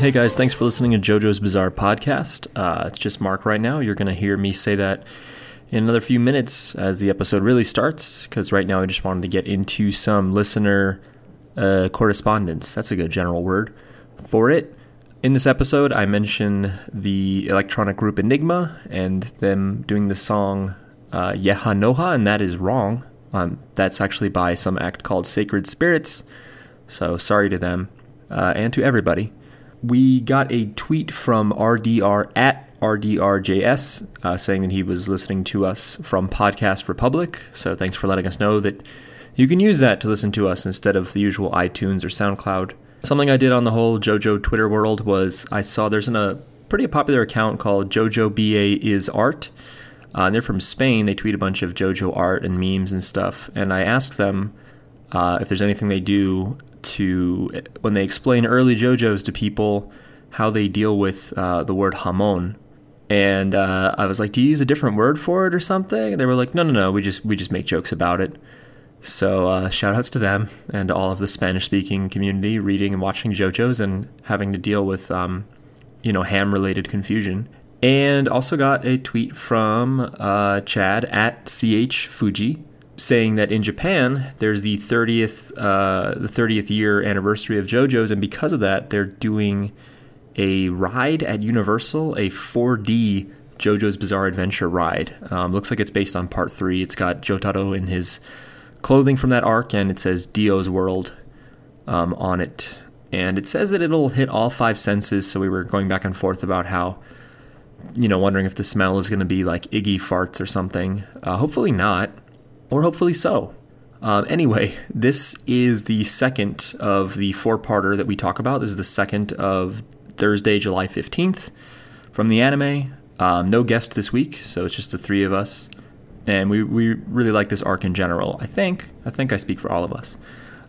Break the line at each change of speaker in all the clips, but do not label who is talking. Hey guys, thanks for listening to JoJo's Bizarre Podcast. Uh, it's just Mark right now. You're going to hear me say that in another few minutes as the episode really starts, because right now I just wanted to get into some listener uh, correspondence. That's a good general word for it. In this episode, I mention the electronic group Enigma and them doing the song uh, Yeha Noha, and that is wrong. Um, that's actually by some act called Sacred Spirits. So sorry to them uh, and to everybody. We got a tweet from RDR at RDRJS uh, saying that he was listening to us from Podcast Republic. So thanks for letting us know that you can use that to listen to us instead of the usual iTunes or SoundCloud. Something I did on the whole JoJo Twitter world was I saw there's an, a pretty popular account called JoJo BA is Art. Uh, and they're from Spain. They tweet a bunch of JoJo art and memes and stuff. And I asked them uh, if there's anything they do to when they explain early JoJos to people how they deal with uh, the word hamon. And uh, I was like, "Do you use a different word for it or something?" And they were like, "No, no, no. We just we just make jokes about it." So uh, shout outs to them and all of the Spanish speaking community reading and watching JoJo's and having to deal with um, you know ham related confusion. And also got a tweet from uh, Chad at ch fuji saying that in Japan there's the 30th uh, the 30th year anniversary of JoJo's, and because of that they're doing a ride at Universal, a 4D JoJo's Bizarre Adventure ride. Um, looks like it's based on Part Three. It's got Jotaro in his clothing from that arc, and it says Dio's World um, on it. And it says that it'll hit all five senses. So we were going back and forth about how you know wondering if the smell is going to be like Iggy farts or something. Uh, hopefully not or hopefully so. Um, anyway, this is the second of the four parter that we talk about. This is the second of Thursday, July 15th from the anime. Um, no guest this week, so it's just the three of us. And we, we really like this arc in general, I think. I think I speak for all of us.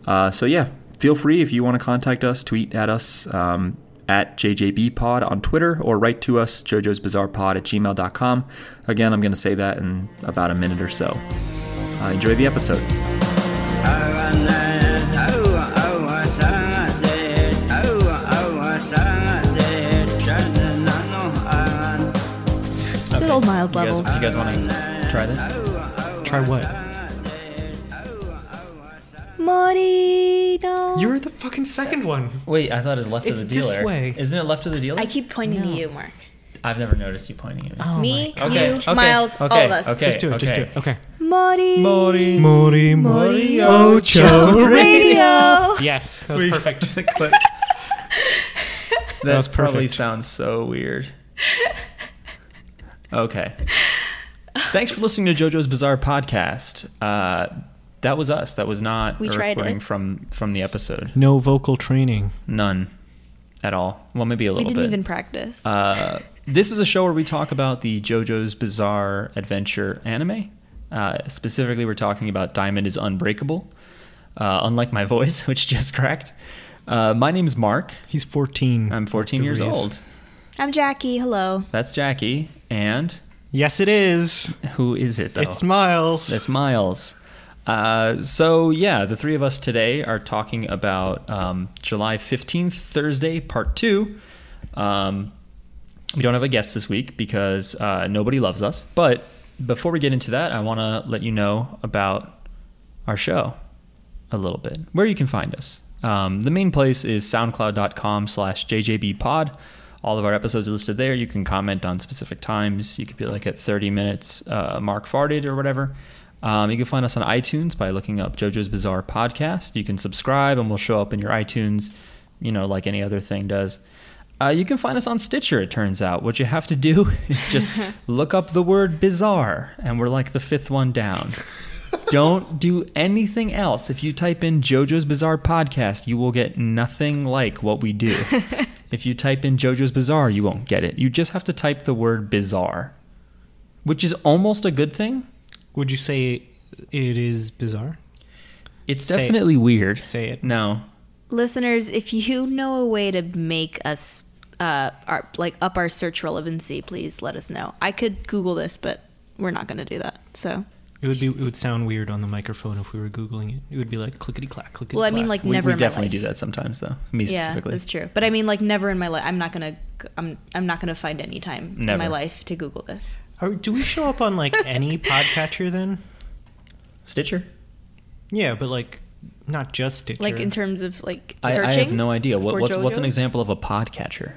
Uh, so, yeah, feel free if you want to contact us, tweet at us um, at JJBpod on Twitter or write to us, JoJo's Bizarre Pod at gmail.com. Again, I'm going to say that in about a minute or so. Uh, enjoy the episode.
Good old Miles
You guys,
level.
you guys want to try this?
Try what?
Morty, no.
You were the fucking second one.
Wait, I thought it was left
It's
of the
this
dealer.
way.
Isn't it left of the dealer?
I keep pointing to you, Mark.
I've never noticed you pointing at me.
Oh
Me,
my- Okay,
you,
okay,
Miles,
okay,
all of us.
okay.
Just do it. Just do it. Okay.
Morty.
Mori.
Mori oh,
Mori
Ocho
Radio.
Yes, that was perfect.
that
was
probably
perfect.
sounds so weird. Okay. Thanks for listening to JoJo's Bizarre Podcast. Uh, that was us. That was not
We
a
tried
recording
it.
from from the episode.
No vocal training.
None at all. Well, maybe a
We
little
didn't
bit.
even practice.
Uh, this is a show where we talk about the JoJo's Bizarre Adventure anime. Uh, specifically, we're talking about Diamond is Unbreakable, uh, unlike my voice, which just cracked. Uh, my name's Mark.
He's 14.
I'm 14 years
Degrees.
old.
I'm Jackie. Hello.
That's Jackie. And
Yes, it is.
who is it, though?
It's Miles.
That's Miles. Uh, so yeah, the three of us today are talking about um, July fifteenth, Thursday, part two. Um, we don't have a guest this week because uh, nobody loves us. But before we get into that, I want to let you know about our show a little bit, where you can find us. Um, the main place is soundcloud.com slash jjbpod. All of our episodes are listed there. You can comment on specific times. You could be like at 30 minutes, uh, Mark farted or whatever. Um, you can find us on iTunes by looking up JoJo's Bizarre Podcast. You can subscribe and we'll show up in your iTunes, you know, like any other thing does. Uh, you can find us on Stitcher, it turns out. What you have to do is just look up the word bizarre, and we're like the fifth one down. Don't do anything else. If you type in JoJo's Bizarre Podcast, you will get nothing like what we do. if you type in JoJo's Bizarre, you won't get it. You just have to type the word bizarre, which is almost a good thing.
Would you say it is bizarre?
It's
Say it.
definitely weird.
Say it.
No.
Listeners, if you know a way to make us uh, our, like up our search relevancy, please let us know. I could Google this, but we're not going to do that. So
It would be. It would sound weird on the microphone if we were googling it. It would be like clickety clack, clickety.
Well, I mean, like
We,
never.
we
in my
definitely
life.
do that sometimes, though. Me
Yeah,
specifically.
that's true. But I mean, like never in my life. I'm not gonna. I'm. I'm not gonna find any time in my
Never.
life to Google this.
Are, do we show up on like any podcatcher then?
Stitcher.
Yeah, but like not just Stitcher.
Like in terms of like
I,
searching.
I have no idea. What,
for
what's, what's an
JoJo's?
example of a podcatcher?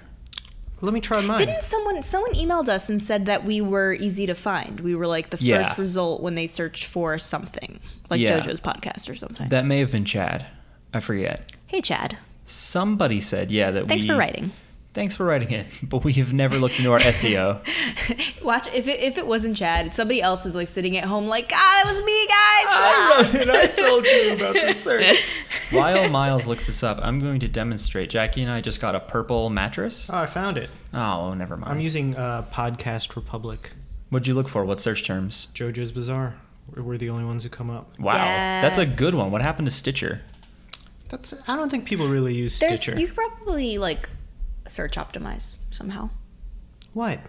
Let me try mine.
Didn't someone someone emailed us and said that we were easy to find? We were like the
Yeah.
first result when they search for something, like
Yeah.
JoJo's podcast or something.
That may have been Chad. I forget.
hey, Chad.
Somebody said, yeah, that
Thanks
we.
for writing.
Thanks for writing it, but we have never looked into our E SEO.
Watch if it, if it wasn't Chad, somebody else is like sitting at home, like, ah, that was me, guys. Ah."
it. I told you about this search. While Miles looks this up, I'm going to demonstrate. Jackie and I just got a purple mattress.
Oh, I found it.
Oh, never
I'm
mind.
using uh, Podcast Republic.
What'd you look for? What search terms?
JoJo's Bizarre. We're- We're the only ones who come up.
Wow, that's a
Yes.
good one. What happened to Stitcher?
That's. I don't think people really use
There's,
Stitcher.
you could probably like search optimize somehow.
What?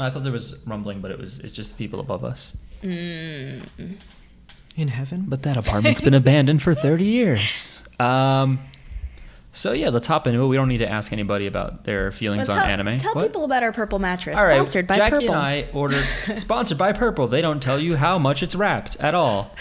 I thought there was rumbling, but it was it's just the people above us.
Mm.
In heaven?
But that apartment's been abandoned for 30 years. Um, so yeah, let's hop into it. We don't need to ask anybody about their feelings
Well,
on
tell
anime.
tell
What?
people about our purple mattress,
All right,
sponsored by
Jackie
Purple.
and I ordered sponsored by Purple. They don't tell you how much it's wrapped at all.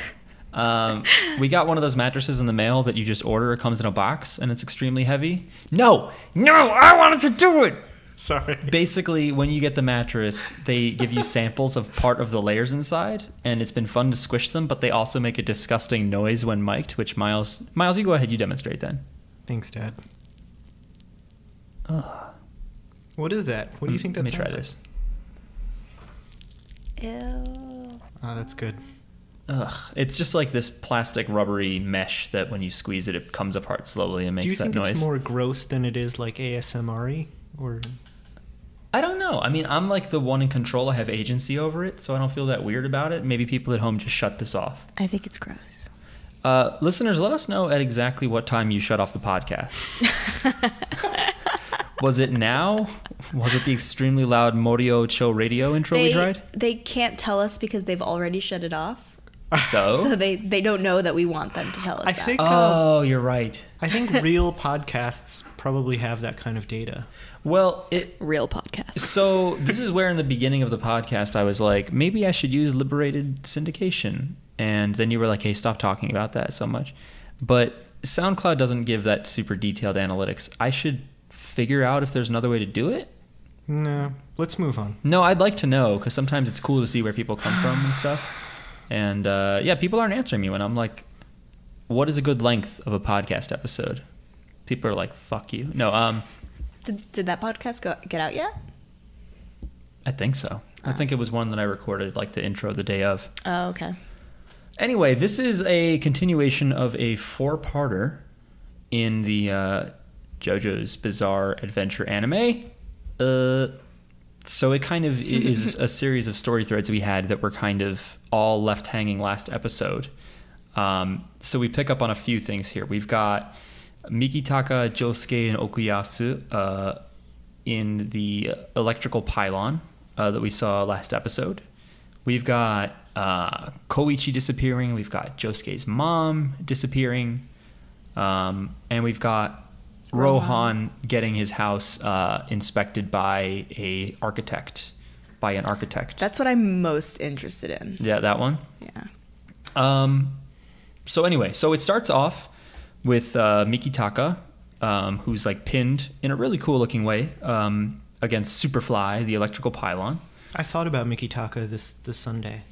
Um, we got one of those mattresses in the mail that you just order. It comes in a box and it's extremely heavy. No, no, I wanted to do it.
Sorry.
Basically, when you get the mattress, they give you samples of part of the layers inside, and it's been fun to squish them. But they also make a disgusting noise when mic'd, which Miles, Miles, you go ahead, you demonstrate then.
Thanks, Dad. What is that? What do you think that
Mm, Let me
sounds
try this.
Ew.
like? Oh, that's good.
Ugh, it's just like this plastic rubbery mesh that when you squeeze it, it comes apart slowly and makes
do you
that
think
noise.
it's more gross than it is like ASMR Or
I don't know. I mean, I'm like the one in control. I have agency over it, so I don't feel that weird about it. Maybe people at home just shut this off.
I think it's gross.
Uh, listeners, let us know at exactly what time you shut off the podcast. Was it now? Was it the extremely loud Morio Cho radio intro we
They,
tried?
they can't tell us because they've already shut it off.
So.
So they, they don't know that we want them to tell us
I
that.
think uh,
Oh, you're right.
I think real podcasts probably have that kind of data.
Well, it
Real podcast.
So this is where in the beginning of the podcast I was like, maybe I should use liberated syndication. And then you were like, hey, stop talking about that so much. But SoundCloud doesn't give that super detailed analytics. I should figure out if there's another way to do it.
No, let's move on.
No, I'd like to know because sometimes it's cool to see where people come from and stuff. And uh, yeah, people aren't answering me when I'm like, what is a good length of a podcast episode? People are like, fuck you. No, um,
Did, did that podcast go, get out yet?
I think so. I think it was one that I recorded like the intro the day of.
Oh, okay.
Anyway, this is a continuation of a four-parter in the uh, JoJo's Bizarre Adventure anime. Uh, so it kind of is a series of story threads we had that were kind of all left hanging last episode. Um, so we pick up on a few things here. We've got Mikitaka, Josuke, and Okuyasu uh, in the electrical pylon uh, that we saw last episode. We've got uh, Koichi disappearing. We've got Josuke's mom disappearing. Um, and we've got Rohan getting his house uh, inspected by a architect, by an architect.
That's what I'm most interested in.
yeah, that one.
Yeah.
Um, so anyway, so it starts off with uh, Mikitaka, um, who's like pinned in a really cool looking way um, against Superfly, the electrical pylon.
I thought about Mikitaka this this Sunday.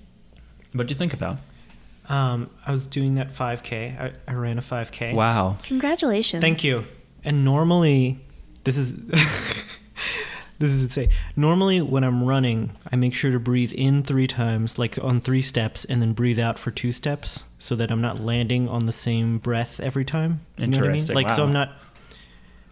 What'd you think about?
Um, I was doing that 5K. I, I ran a 5K.
Wow.
Congratulations.
Thank you. And normally, this is this is insane. Normally, when I'm running, I make sure to breathe in three times, like on three steps, and then breathe out for two steps, so that I'm not landing on the same breath every time. You know what I mean?
Interesting.
Like so,
Wow.
I'm not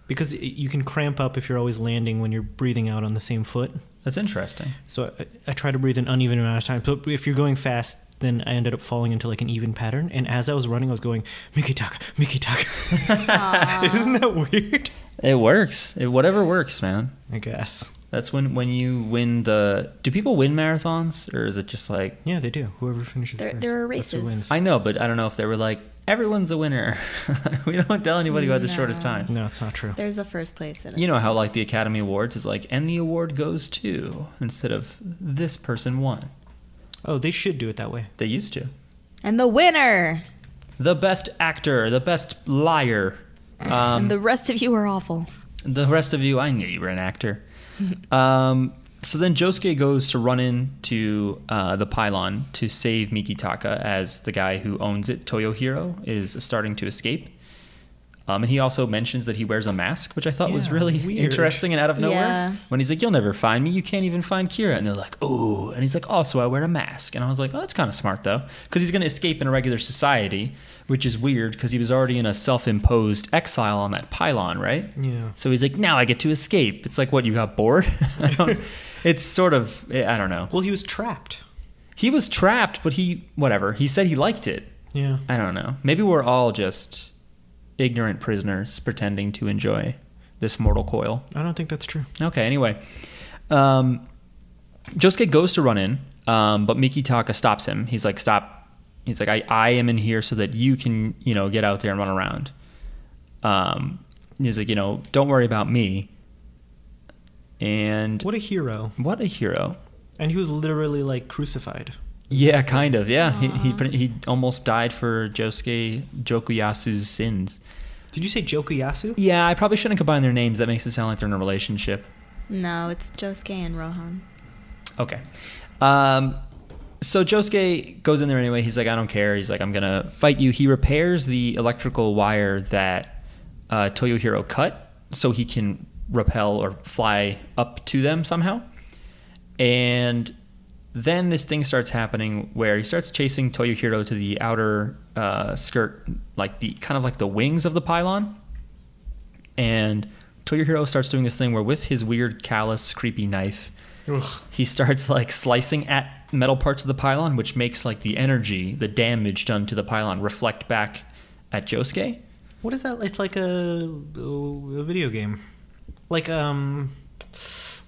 because y- you can cramp up if you're always landing when you're breathing out on the same foot.
That's interesting.
So I, I try to breathe an uneven amount of time. So if you're going fast. Then I ended up falling into like an even pattern, and as I was running, I was going Mickey Taka, Mickey Taka. Isn't that weird?
It works. It, whatever works, man.
I guess.
That's when when you win the. Do people win marathons or is it just like?
Yeah, they do. Whoever finishes
There-
first,
there are
that's who
races.
wins.
I know, but I don't know if they were like everyone's a winner. we don't tell anybody who had the shortest
No.
time.
no, it's not true.
There's a first place in it.
You know how like the Academy Awards is like, and the award goes to instead of this person won.
Oh, they should do it that way.
They used to.
And the winner.
The best actor, the best liar. Um,
and the rest of you are awful.
the rest of you, I knew you were an actor. um, so then Josuke goes to run into uh, the pylon to save Mikitaka as the guy who owns it, Toyohiro, is starting to escape. Um, and he also mentions that he wears a mask, which I thought was
Yeah,
really
weird.
interesting and out of nowhere.
Yeah.
When he's like, You'll never find me. You can't even find Kira. And they're like, Oh. And he's like, Also, I wear a mask. And I was like, Oh, that's kind of smart, though. Because he's going to escape in a regular society, which is weird because he was already in a self imposed exile on that pylon, right?
Yeah.
So he's like, now I get to escape. It's like, what, you got bored? I don't, it's sort of, I don't know.
Well, he was trapped.
He was trapped, but he, whatever. He said he liked it.
Yeah.
I don't know. Maybe we're all just ignorant prisoners pretending to enjoy this mortal coil.
I don't think that's true.
Okay, anyway. Um, Josuke goes to run in, um, but Mikitaka stops him. He's like, stop. He's like, I, I am in here so that you can, you know, get out there and run around. Um, he's like, you know, don't worry about me. And
What a hero.
what a hero.
And he was literally like crucified.
Yeah, kind of. Yeah, he, he pretty- he almost died for Josuke Jokuyasu's sins.
Did you say Jokuyasu?
Yeah, I probably shouldn't combine their names. That makes it sound like they're in a relationship.
No, it's Josuke and Rohan.
Okay. Um, so Josuke goes in there anyway. He's like, I don't care. He's like, I'm going to fight you. He repairs the electrical wire that uh, Toyohiro cut so he can rappel or fly up to them somehow. And then this thing starts happening where he starts chasing Toyohiro to the outer uh, skirt, like the kind of like the wings of the pylon. And Toyohiro starts doing this thing where with his weird, callous, creepy knife, he starts like slicing at metal parts of the pylon, which makes like the energy, the damage done to the pylon, reflect back at Josuke.
What is that? It's like a, a video game. Like, um,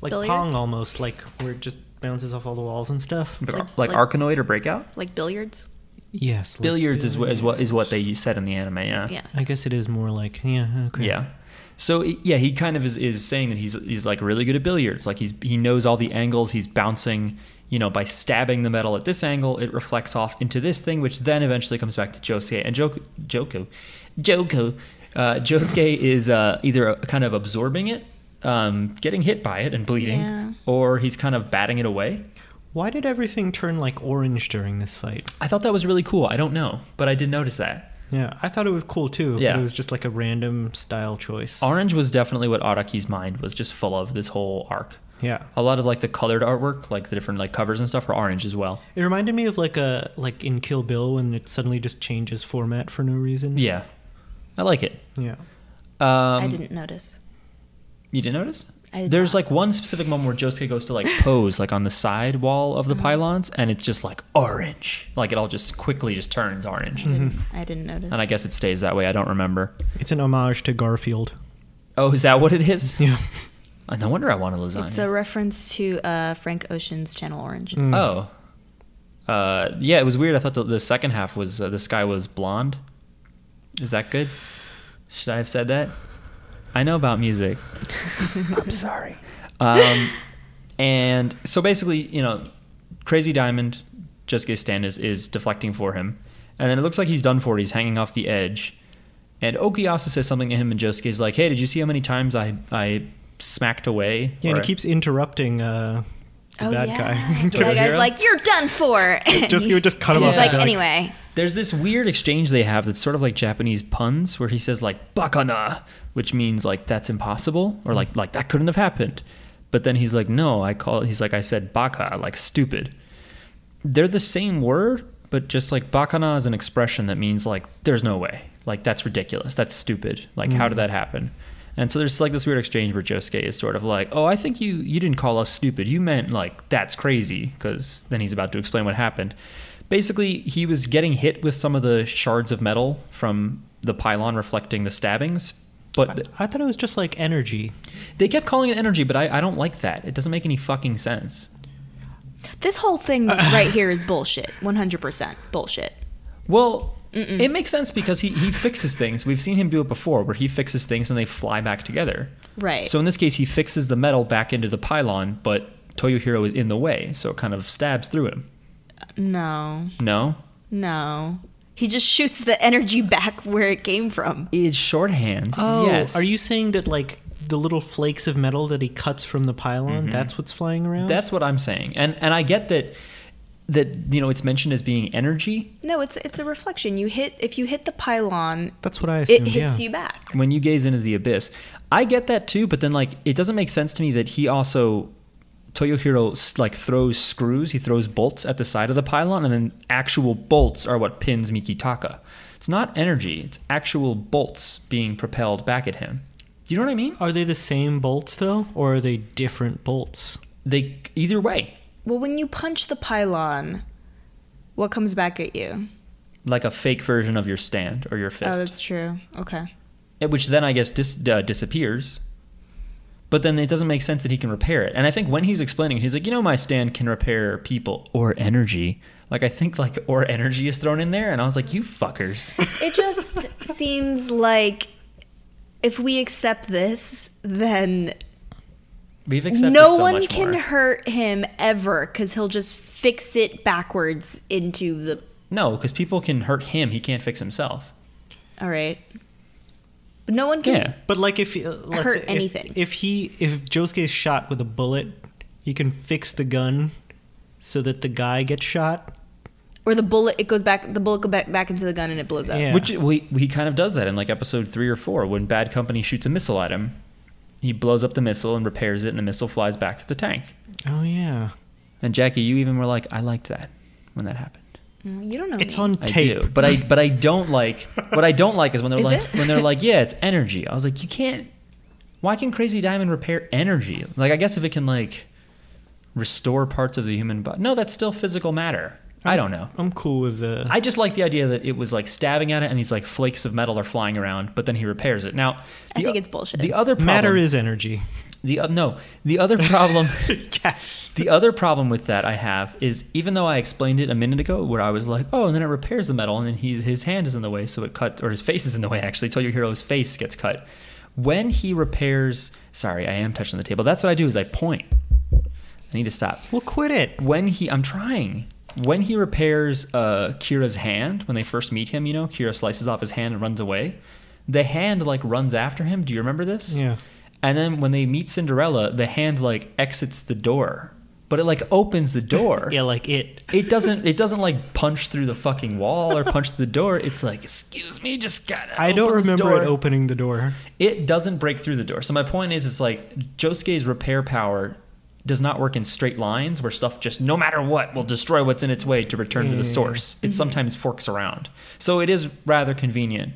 like
Billiards?
Pong almost, like where it just bounces off all the walls and stuff.
Like-
Like,
like-
Arcanoid or Breakout.
Like billiards?
Yes. like
Billiards is, wh- is what is what they said in the anime. Yeah.
Yes.
I guess it is more like, yeah, okay.
Yeah. So i- yeah, he kind of is, is saying that he's he's like really good at billiards. Like he's he knows all the angles. He's bouncing, you know, by stabbing the metal at this angle, it reflects off into this thing, which then eventually comes back to Josuke and Joku Joku Joku. Uh, Josuke is uh, either uh, kind of absorbing it, um, getting hit by it and bleeding,
Yeah.
or he's kind of batting it away.
Why did everything turn like orange during this fight?
I thought that was really cool. I don't know, but I did notice that.
Yeah, I thought it was cool too.
Yeah.
But it was just like a random style choice.
Orange was definitely what Araki's mind was just full of this whole arc.
yeah.
a lot of like the colored artwork, like the different like covers and stuff, are orange as well.
It reminded me of like a like in Kill Bill when it suddenly just changes format for no reason.
Yeah, I like it.
Yeah.
Um,
I didn't notice.
You didn't notice?
I did
There's
not.
like one specific moment where Josuke goes to like pose like on the side wall
Uh-huh.
of the pylons, and it's just like orange. Like it all just quickly just turns orange,
I didn't notice.
and I guess it stays that way. I don't remember.
It's an homage to Garfield.
Oh, is that what it is?
Yeah.
Uh, No wonder I want a lasagna.
it's a reference to uh, Frank Ocean's Channel Orange.
Mm. Hmm.
oh. Uh, yeah, it was weird. I thought the, the second half was uh, this guy was blonde. Is that good? Should I have said that? I know about music. I'm sorry. Um, and so basically, you know, Crazy Diamond, Josuke's stand is, is deflecting for him. And then it looks like he's done for. He's hanging off the edge. And Okuyasu says something to him, and Josuke's like, hey, did you see how many times I, I smacked away?
Yeah, and
Or-
he keeps interrupting uh the bad guy.
Oh, The bad guy's
Kira?
like, "You're done for." And
Just- he would just cut him
he's
off
like,
and be like-
anyway,
There's this weird exchange they have that's sort of like Japanese puns where he says like bakana, which means like that's impossible or like like that couldn't have happened. But then he's like, no, I call he's like I said baka, like stupid. They're the same word, but just like bakana is an expression that means like there's no way. Like that's ridiculous. That's stupid. Like how did that happen? And so there's like this weird exchange where Josuke is sort of like, "Oh, I think you you didn't call us stupid. You meant like that's crazy." Because then he's about to explain what happened. Basically, he was getting hit with some of the shards of metal from the pylon reflecting the stabbings, But
I, I thought it was just like energy.
they kept calling it energy, but I, I don't like that. It doesn't make any fucking sense.
This whole thing right here is bullshit. 100% bullshit.
Well, it makes sense because he, he fixes things. We've seen him do it before where he fixes things and they fly back together.
Right.
So in this case, he fixes the metal back into the pylon, but Toyohiro is in the way, so it kind of stabs through him.
no.
No?
No. He just shoots the energy back where it came from.
It's shorthand.
Oh,
yes.
are you saying that like the little flakes of metal that he cuts from the pylon,
Mm-hmm.
that's what's flying around?
That's what I'm saying. And and I get that that you know it's mentioned as being energy.
No, it's it's a reflection. You hit if you hit the pylon,
that's what I
it
assumed.
hits
yeah.
you back.
when you gaze into the abyss. I get that too, but then like it doesn't make sense to me that he also Toyohiro s- like throws screws, he throws bolts at the side of the pylon, and then actual bolts are what pins Mikitaka. It's not energy; it's actual bolts being propelled back at him. Do you know what I mean?
Are they the same bolts though, or are they different bolts?
They either way,
Well, when you punch the pylon, what comes back at you?
like a fake version of your stand or your
Oh,
fist,
that's true. Okay.
eh, which then I guess dis- uh, disappears. But then it doesn't make sense that he can repair it. And I think when he's explaining, he's like, you know, my stand can repair people or energy. Like I think like or energy is thrown in there, and I was like, you fuckers.
It just seems like if we accept this, then
We've accepted
no
so
one
much
can
more.
hurt him ever because he'll just fix it backwards into the.
no, because people can hurt him. He can't fix himself.
All right. But no one can.
Yeah.
But like if uh, let's
Hurt
say if-
anything.
If, he if Josuke is shot with a bullet, he can fix the gun so that the guy gets shot.
Or the bullet, it goes back, the bullet goes back, back into the gun and it blows up.
Yeah.
Which we, he kind of does that in like episode three or four when Bad Company shoots a missile at him. He blows up the missile and repairs it, and the missile flies back to the tank.
Oh yeah.
And Jackie, you even were like, I liked that when that happened.
Mm, You don't know.
It's
me.
on
I
tape.
do, but I but I don't like what I don't like is when they're
Is
like
it?
when they're like, yeah, it's energy. I was like, you can't. Why can Crazy Diamond repair energy? Like, I guess if it can like restore parts of the human body. No, that's still physical matter. I don't know.
I'm cool with uh, the
I just like the idea that it was like stabbing at it, and these like flakes of metal are flying around. But then he repairs it. Now,
I
the
think
o-
it's bullshit.
The other problem,
matter is energy.
the o- no. The other problem.
yes.
The other problem with that I have is even though I explained it a minute ago, where I was like, "Oh," and then it repairs the metal, and then he, his hand is in the way, so it cut, or his face is in the way. Actually, till your hero's face gets cut. When he repairs, sorry, I am touching the table. That's what I do is I point. I need to stop.
Well, quit it.
When he, I'm trying. When he repairs uh, Kira's hand, when they first meet him, you know, Kira slices off his hand and runs away. The hand like runs after him. Do you remember this?
Yeah.
And then when they meet Cinderella, the hand like exits the door, but it like opens the door.
Yeah, like it.
It doesn't. It doesn't like punch through the fucking wall or punch the door. It's like, excuse me, just gotta.
I don't
open this
remember it
door."
opening the door.
It doesn't break through the door. So my point is, it's like Josuke's repair power does not work in straight lines where stuff just no matter what will destroy what's in its way to return to the source.
Mm-hmm.
It sometimes forks around. So it is rather convenient.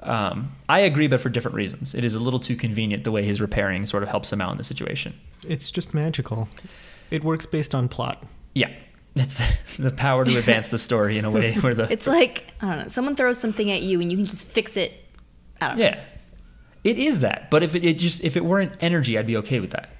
Um, I agree, but for different reasons. It is a little too convenient the way his repairing sort of helps him out in the situation.
It's just magical. It works based on plot.
Yeah. It's the power to advance the story in a way where the
It's like, I don't know, someone throws something at you and you can just fix it. I don't know.
yeah, it is that. But if it, it just if it weren't energy, I'd be okay with that.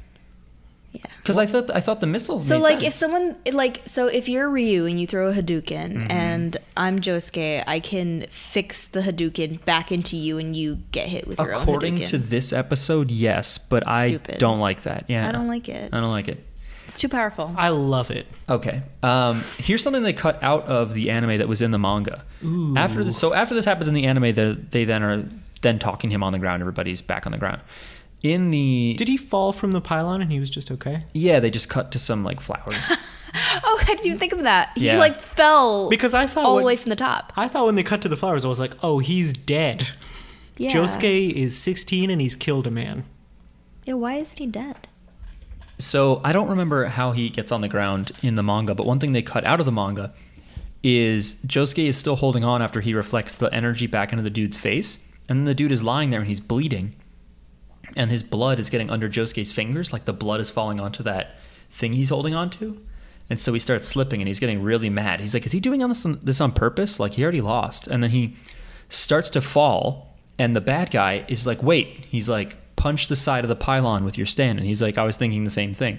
Yeah.
Because I thought I thought the missiles.
So
made
like if
sense.
someone like so if you're Ryu and you throw a Hadouken
Mm-hmm.
and I'm Josuke, I can fix the Hadouken back into you and you get hit with your own
according
Hadouken.
to this episode, yes, but I
Stupid.
don't like that. Yeah,
I don't like it.
I don't like it.
It's too powerful.
I love it.
Okay. Um, here's something they cut out of the anime that was in the manga. After this, so after this happens in the anime, they, they then are then talking him on the ground. Everybody's back on the ground. In the
Did he fall from the pylon and he was just okay?
yeah, they just cut to some like flowers.
Oh, I didn't even think of that. He
Yeah.
like fell
Because I thought
all
when-
the way from the top.
I thought when they cut to the flowers, I was like, oh, he's dead.
Yeah.
Josuke is 16 and he's killed a man.
Yeah, why isn't he dead?
So I don't remember how he gets on the ground in the manga, but one thing they cut out of the manga is Josuke is still holding on after he reflects the energy back into the dude's face, and then the dude is lying there and he's bleeding, and his blood is getting under Josuke's fingers, like the blood is falling onto that thing he's holding onto, and so he starts slipping and he's getting really mad. He's like, "Is he doing on this on, this on purpose? Like he already lost?" And then he starts to fall, And the bad guy is like, wait. He's like, punch the side of the pylon with your stand. And he's like, I was thinking the same thing.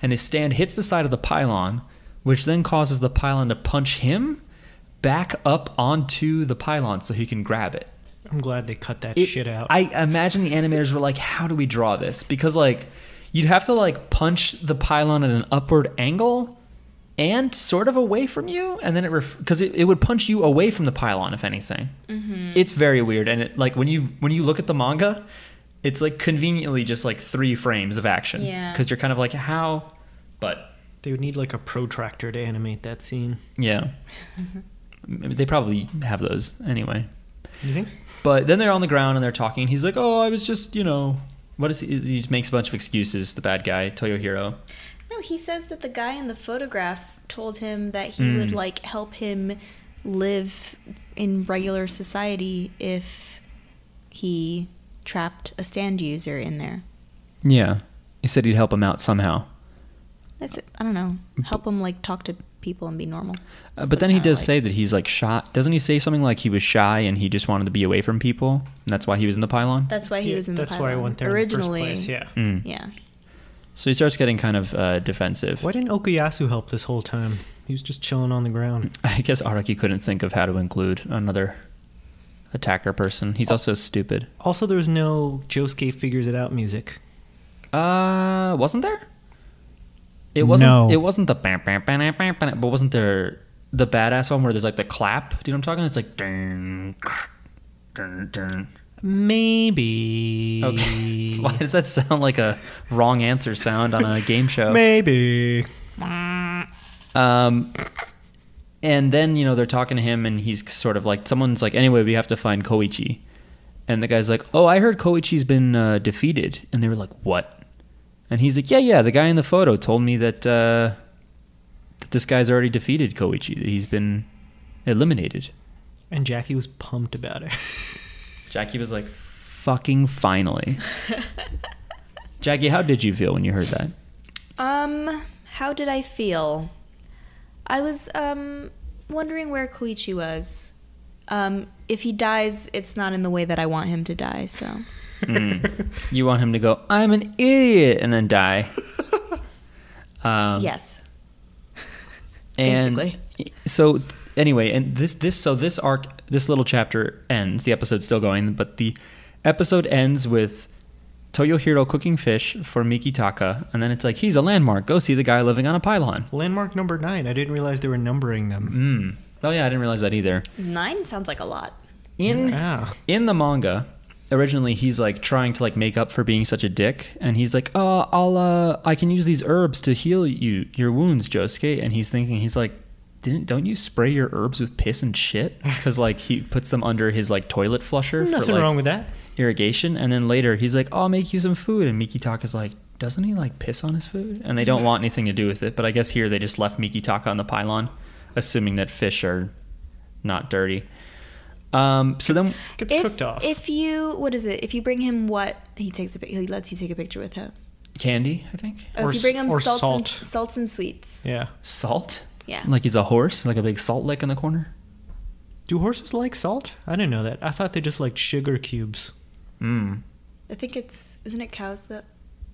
And his stand hits the side of the pylon, which then causes the pylon to punch him back up onto the pylon so he can grab it.
I'm glad they cut that
It-
shit out.
I imagine the animators were like, how do we draw this? Because like you'd have to like punch the pylon at an upward angle and sort of away from you and then it because it, it would punch you away from the pylon if anything it's very weird and it like when you when you look at the manga it's like conveniently just like three frames of action
Yeah.
because you're kind of like how but
they would need like a protractor to animate that scene.
yeah M- they probably have those anyway
You think?
But then they're on the ground and they're talking. He's like, "Oh, I was just, you know, what is he?" He just makes a bunch of excuses. The bad guy, Toyohiro.
No, he says that the guy in the photograph told him that he would
Mm.
like help him live in regular society if he trapped a stand user in there.
Yeah, he said he'd help him out somehow.
That's it. I don't know. Help him like talk to people and be normal.
Uh,
That's
but
what
then
it
he
sounded
does
like.
say that he's like shy. Doesn't he say something like he was shy and he just wanted to be away from people, and that's why he was in the pylon?
that's why he
Yeah,
was in the
That's why I
pylon.
went there
originally.
in the first place. Yeah.
Mm.
Yeah.
So he starts getting kind of uh, defensive.
Why didn't Okuyasu help this whole time? He was just chilling on the ground.
I guess Araki couldn't think of how to include another attacker person.
Oh.
He's also stupid.
Also, there was no Josuke figures it out music.
Uh, wasn't there? It wasn't.
No.
It wasn't the bam, bam, bam, bam, bam, bam, but wasn't there the badass one where there's like the clap? Do you know what I'm talking? It's like dun, kr, dun, dun.
Maybe.
Okay. Why does that sound like a wrong answer sound on a game show?
Maybe.
Um, and then you know they're talking to him, and he's sort of like, someone's like, anyway, we have to find Koichi, and the guy's like, oh, I heard Koichi's been uh, defeated, and they were like, what? And he's like, yeah, yeah, the guy in the photo told me that uh, that this guy's already defeated Koichi, that he's been eliminated.
And Jackie was pumped about it.
Jackie was like, fucking finally. Jackie, how did you feel when you heard that?
Um, how did I feel? I was um wondering where Koichi was. Um, if he dies, it's not in the way that I want him to die. So
Hmm.
Hmm. You want him to go, I'm an idiot, and then die. Um,
yes,
and
Basically.
so th- anyway and this this so this arc this little chapter ends the episode's still going but the episode ends with toyohiro cooking fish for mikitaka and then it's like he's a landmark go see the guy living on a pylon
Landmark number nine. I didn't realize they were numbering
mm.
them.
oh yeah i didn't realize that either
nine sounds like a lot.
in
Yeah.
in the manga originally he's like trying to like make up for being such a dick and he's like oh i'll uh i can use these herbs to heal you your wounds josuke and he's thinking he's like didn't don't you spray your herbs with piss and shit because like he puts them under his like toilet flusher for
Nothing
like
wrong with that.
irrigation and then later he's like i'll make you some food and mikitaka's like doesn't he like piss on his food and they don't want anything to do with it but i guess here they just left mikitaka on the pylon assuming that fish are not dirty um so then
Gets
If
cooked off.
if you what is it? If you bring him what he takes a pic- he lets you take a picture with him.
candy, I think.
Oh,
Or
if you
s-
bring him
or
salts
salt.
and, salts and sweets.
yeah.
Salt?
Yeah.
Like he's a horse, like a big salt lick in the corner.
Do horses like salt? I didn't know that. I thought they just liked sugar cubes.
Mm.
I think it's isn't it cows that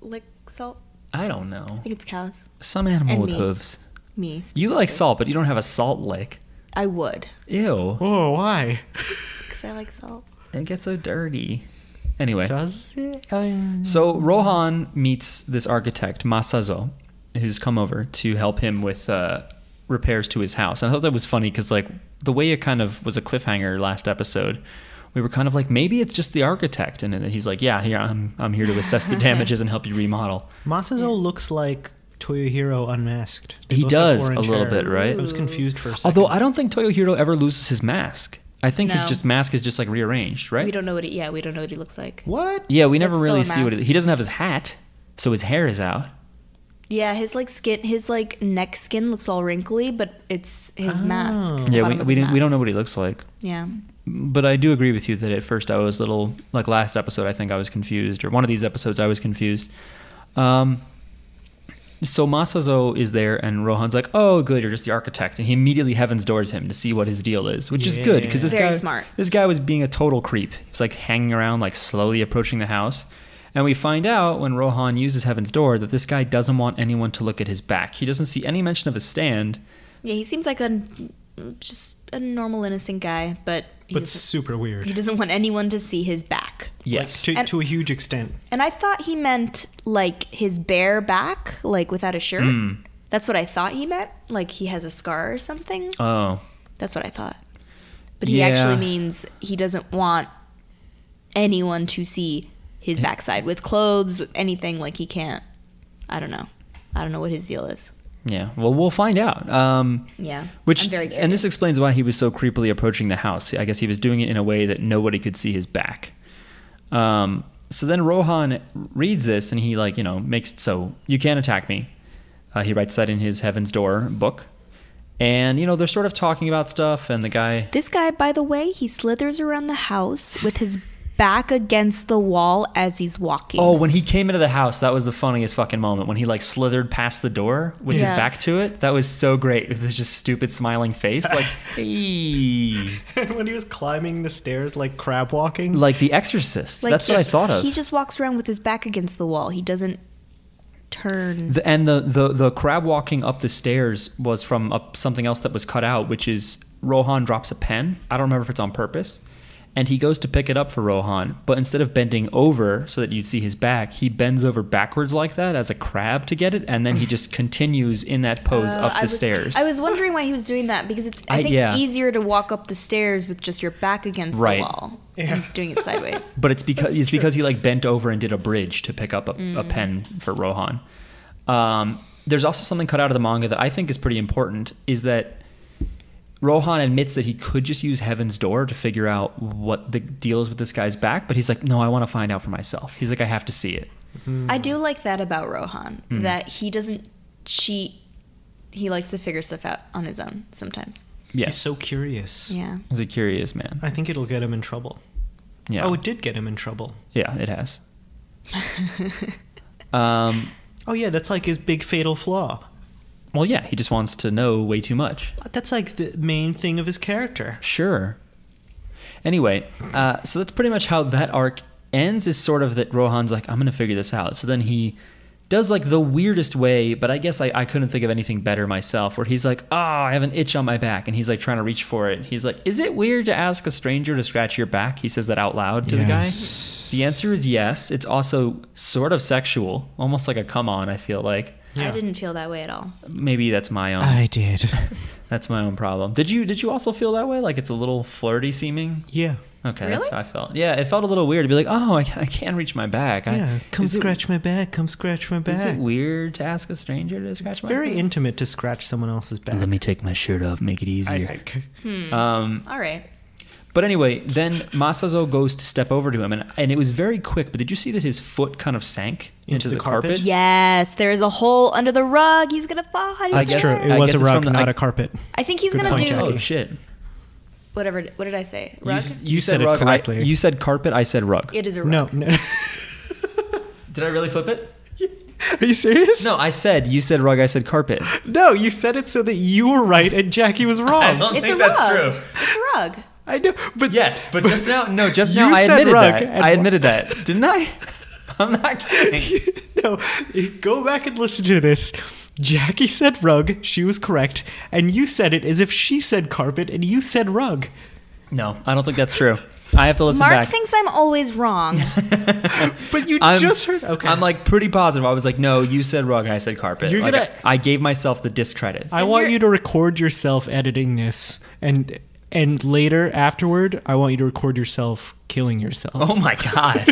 lick salt?
I don't know.
I think it's cows.
Some animal
And
with
me.
hooves.
Me.
You like
specifically.
salt, but you don't have a salt lick.
I would
Ew.
Oh, why?
because I like salt.
It gets so dirty. Anyway.
Does it? Um,
So Rohan meets this architect, Masazo, who's come over to help him with uh, repairs to his house. And I thought that was funny because, like, the way it kind of was a cliffhanger last episode, we were kind of like, maybe it's just the architect. And then he's like, yeah, here, I'm, I'm here to assess the damages and help you remodel.
Masazo looks like Toyohiro unmasked. They
He
both have
does, a
orange
little
hair.
bit, right?
I was confused for a second.
Although I don't think Toyohiro ever loses his mask. I think his
No.
just mask is just like rearranged, right?
We don't know what he. Yeah, we don't know what he looks like.
What?
yeah, we never
It's still
really
a
see what it,
mask.
he doesn't have his hat, so his hair is out.
Yeah, his like skin, his like neck skin looks all wrinkly, but it's his mask.
Oh.
the
Ah. Yeah, we,
bottom of
we,
his
didn't, we don't know
mask.
what he looks like.
Yeah,
But I do agree with you that at first I was a little like last episode I think I was confused or one of these episodes I was confused. Um, So Masazo is there, and Rohan's like, "Oh, good, you're just the architect," and he immediately heavens doors him to see what his deal is, which is good because this
Very
guy,
smart.
this guy was being a total creep. He was like hanging around, like slowly approaching the house, and we find out when Rohan uses heaven's door that this guy doesn't want anyone to look at his back. He doesn't see any mention of his stand.
Yeah, he seems like a just a normal innocent guy, but he,
but
doesn't,
super weird.
he doesn't want anyone to see his back.
Yes,
To,
And-
to a huge extent.
And I thought he meant like his bare back, like without a shirt.
Hmm.
That's what I thought he meant. Like he has a scar or something.
oh,
That's what I thought. But he
Yeah.
actually means he doesn't want anyone to see his backside with clothes, with anything. Like he can't. I don't know. I don't know what his deal is.
yeah. Well, we'll find out. Um,
Yeah.
Which
I'm very
and this explains why he was so creepily approaching the house. I guess he was doing it in a way that nobody could see his back. Um, so then Rohan reads this and he like you know makes it so you can't attack me. Uh, he writes that in his Heaven's Door book, and you know they're sort of talking about stuff and the guy.
This guy, by the way, he slithers around the house with his back against the wall as he's walking.
Oh, when he came into the house, that was the funniest fucking moment. When he like slithered past the door with his
Yeah.
back to it, that was so great with his just stupid smiling face, like hey,
And when he was climbing the stairs like crab walking,
like The Exorcist.
Like,
That's what I
he-
thought of.
He just walks around with his back against the wall. He doesn't turn.
The, and the, the the crab walking up the stairs was from up something else that was cut out, which is Rohan drops a pen. I don't remember if it's on purpose, and he goes to pick it up for Rohan, but instead of bending over so that you'd see his back, he bends over backwards like that as a crab to get it, and then he just continues in that pose
Uh,
up the
I was,
stairs.
I was wondering why he was doing that because it's I
I-
think
yeah.
easier to walk up the stairs with just your back against
Right.
the wall and doing it sideways.
But it's because it's because he like bent over and did a bridge to pick up a, a pen for Rohan. Um, there's also something cut out of the manga that I think is pretty important is that Rohan admits that he could just use Heaven's Door to figure out what the deal is with this guy's back, but he's like, no, I want to find out for myself. He's like, I have to see it.
Hmm.
I do like that about Rohan
Hmm.
that he doesn't cheat. He likes to figure stuff out on his own sometimes.
Yeah,
he's so curious.
Yeah.
he's a curious man.
I think it'll get him in trouble.
Yeah,
Oh, it did get him in trouble.
yeah, it has. um,
Oh yeah, that's like his big fatal flaw.
well, yeah, he just wants to know way too much.
That's like the main thing of his character.
Sure. Anyway, uh, so that's pretty much how that arc ends. Is sort of that Rohan's like, I'm gonna figure this out. So then he does like the weirdest way, but I guess I, I couldn't think of anything better myself. Where he's like, Ah, I have an itch on my back, and he's like trying to reach for it. He's like, Is it weird to ask a stranger to scratch your back? He says that out loud to the guy. The answer is yes. It's also sort of sexual, almost like a come on. I feel like
I didn't feel that way at all.
maybe that's my own.
did.
that's my own problem. Did you did you also feel that way? Like it's a little flirty seeming.
yeah.
Okay,
Really?
that's how I felt. Yeah, it felt a little weird to be like, oh, I, I can't reach my back. I,
Yeah. Come
is it-
scratch my back. Come scratch my
Is
back.
it weird to ask a stranger to scratch my
Very
back?
intimate to scratch someone else's back.
Let me take my shirt off, make it
I-
easier.
I-
um,
All right.
but anyway, then Masazo goes to step over to him, and, and it was very quick. But did you see that his foot kind of sank into,
Into
the,
the
carpet?
carpet?
Yes, there is a hole under the rug. He's gonna fall. How do you
I
say
guess-
It's true.
that?
It
I
was
guess
a
it's
rug,
from the-
not
I-
a carpet.
I think he's
Good
gonna
point,
do
Jackie.
Oh shit! You
whatever. What did I say? Rug.
s- You,
You
said,
said it
rug. I-
correctly.
you said carpet. I said rug.
it is a rug.
No, no.
Did I really flip it?
Are you serious?
No, I said you said rug. I said carpet.
No, you said it so that you were right and Jackie was wrong. I,
It's a rug. It's a rug.
know, but
Yes, but just now, no, just
You
now I
said
admitted
rug
that.
and
I
rug.
admitted that, didn't I? I'm not kidding.
no, go back and listen to this. Jackie said rug, she was correct, and you said it as if she said carpet and you said rug.
No, I don't think that's true. I have to listen
Mark
back.
thinks I'm always wrong.
But you
I'm-
just heard. Okay,
I'm like pretty positive. I was like, no, you said rug and I said carpet.
You're
Like,
gonna-
I, I gave myself the discredit.
I want
you're-
you to record yourself editing this, and and later afterward, I want you to record yourself killing yourself
oh my god,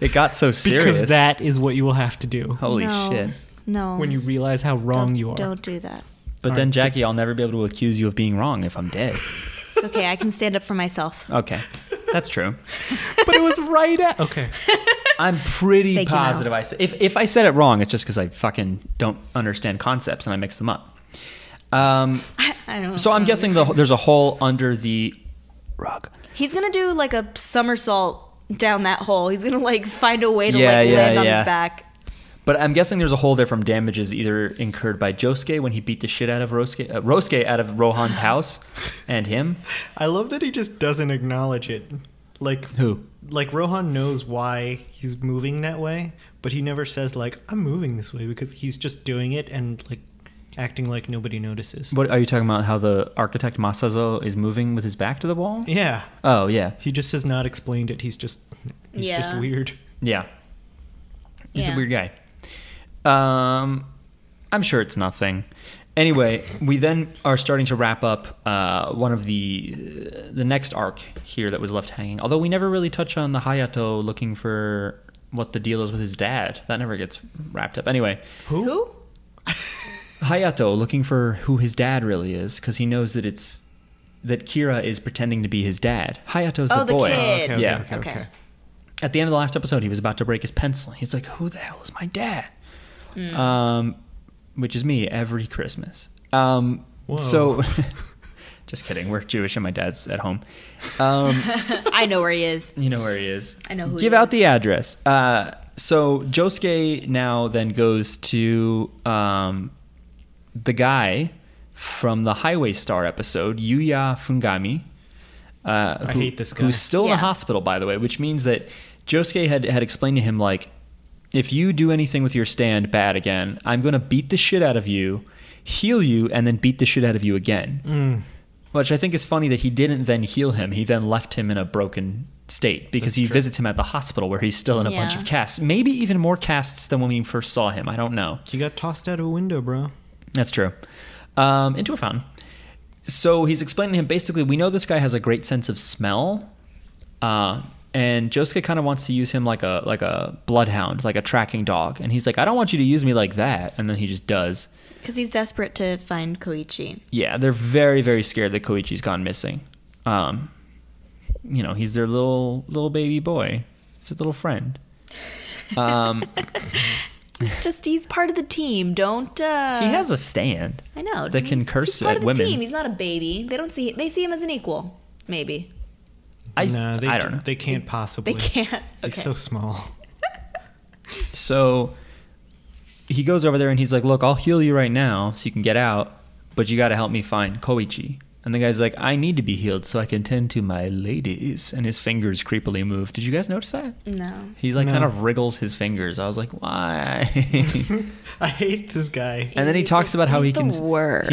it got so serious. Oh.
because that is what you will have to do
Holy
No.
shit!
No.
when you realize how wrong
don't,
you are.
Don't do that.
But then Jackie, I'll never be able to accuse you of being wrong if I'm dead.
It's okay. I can stand up for myself.
Okay, that's true.
But it was right at okay.
I'm pretty
Thank you,
positive I
Miles.
said. If, if I said it wrong, it's just because I fucking don't understand concepts and I mix them up. Um,
I don't know.
so I'm guessing the, there's a hole under the rug.
he's gonna do like a somersault down that hole. He's gonna like find a way to
Yeah,
like
yeah,
land on
yeah.
his back.
But I'm guessing there's a hole there from damages either incurred by Josuke when he beat the shit out of Rosuke, uh, Rosuke out of Rohan's house and him.
I love that he just doesn't acknowledge it. Like
Who?
Like Rohan knows why he's moving that way, but he never says like I'm moving this way because he's just doing it and like acting like nobody notices.
What are you talking about? How the architect Masazo is moving with his back to the wall?
yeah,
Oh, yeah.
he just has not explained it. He's just he's just
Yeah.
weird.
Yeah. He's
Yeah.
a weird guy. Um, I'm sure it's nothing. Anyway, we then are starting to wrap up uh, one of the uh, the next arc here that was left hanging. Although we never really touch on the Hayato looking for what the deal is with his dad. That never gets wrapped up. Anyway,
Who?
Hayato looking for who his dad really is because he knows that it's that Kira is pretending to be his dad. Hayato's
Oh,
the
the
boy.
kid.
Okay,
Yeah.
okay, okay.
Okay.
at the end of the last episode, he was about to break his pencil. He's like, "Who the hell is my dad?" Um, which is me every Christmas. Um,
Whoa.
so, just kidding. We're Jewish, and my dad's at home. Um,
I know where he is.
you know where he is.
I know who he
Give out
is.
the address. Uh, so Josuke now then goes to um, the guy from the Highway Star episode, Yuya Fungami. Uh,
I
who-
hate this guy.
Who's still in the
Yeah.
hospital, by the way, which means that Josuke had, had explained to him, like, if you do anything with your stand bad again, I'm going to beat the shit out of you, heal you, and then beat the shit out of you again. Which I think is funny that he didn't then heal him. He then left him in a broken state because he visits him at the hospital where he's still in a bunch
Yeah.
of casts. Maybe even more casts than when we first saw him. I don't know.
He got tossed out of a window, bro.
That's true. Um, into a fountain. So he's explaining to him basically, we know this guy has a great sense of smell, uh, and Josuke kind of wants to use him like a like a bloodhound, like a tracking dog. And he's like, I don't want you to use me like that. And then he just does.
Because he's desperate to find Koichi.
Yeah, they're very very scared that Koichi's gone missing. Um, you know, he's their little little baby boy. He's their little friend. Um,
It's just he's part of the team. Don't. uh
he has a stand.
I know.
that can
he's-
curse
he's part
at
of the
women.
Team. He's not a baby. They don't see. They see him as an equal. Maybe
I
no, they
I don't know.
they can't
they
possibly.
can't.
He's
Okay.
so small.
So he goes over there and he's like, "Look, I'll heal you right now so you can get out, but you got to help me find Koichi." And the guy's like, "I need to be healed so I can tend to my ladies." And his fingers creepily move. Did you guys notice that?
no.
He like
No.
kind of wriggles his fingers. I was like, "Why?"
I hate this guy.
And then he
He's
talks
the-
about how he
he's
can
the
he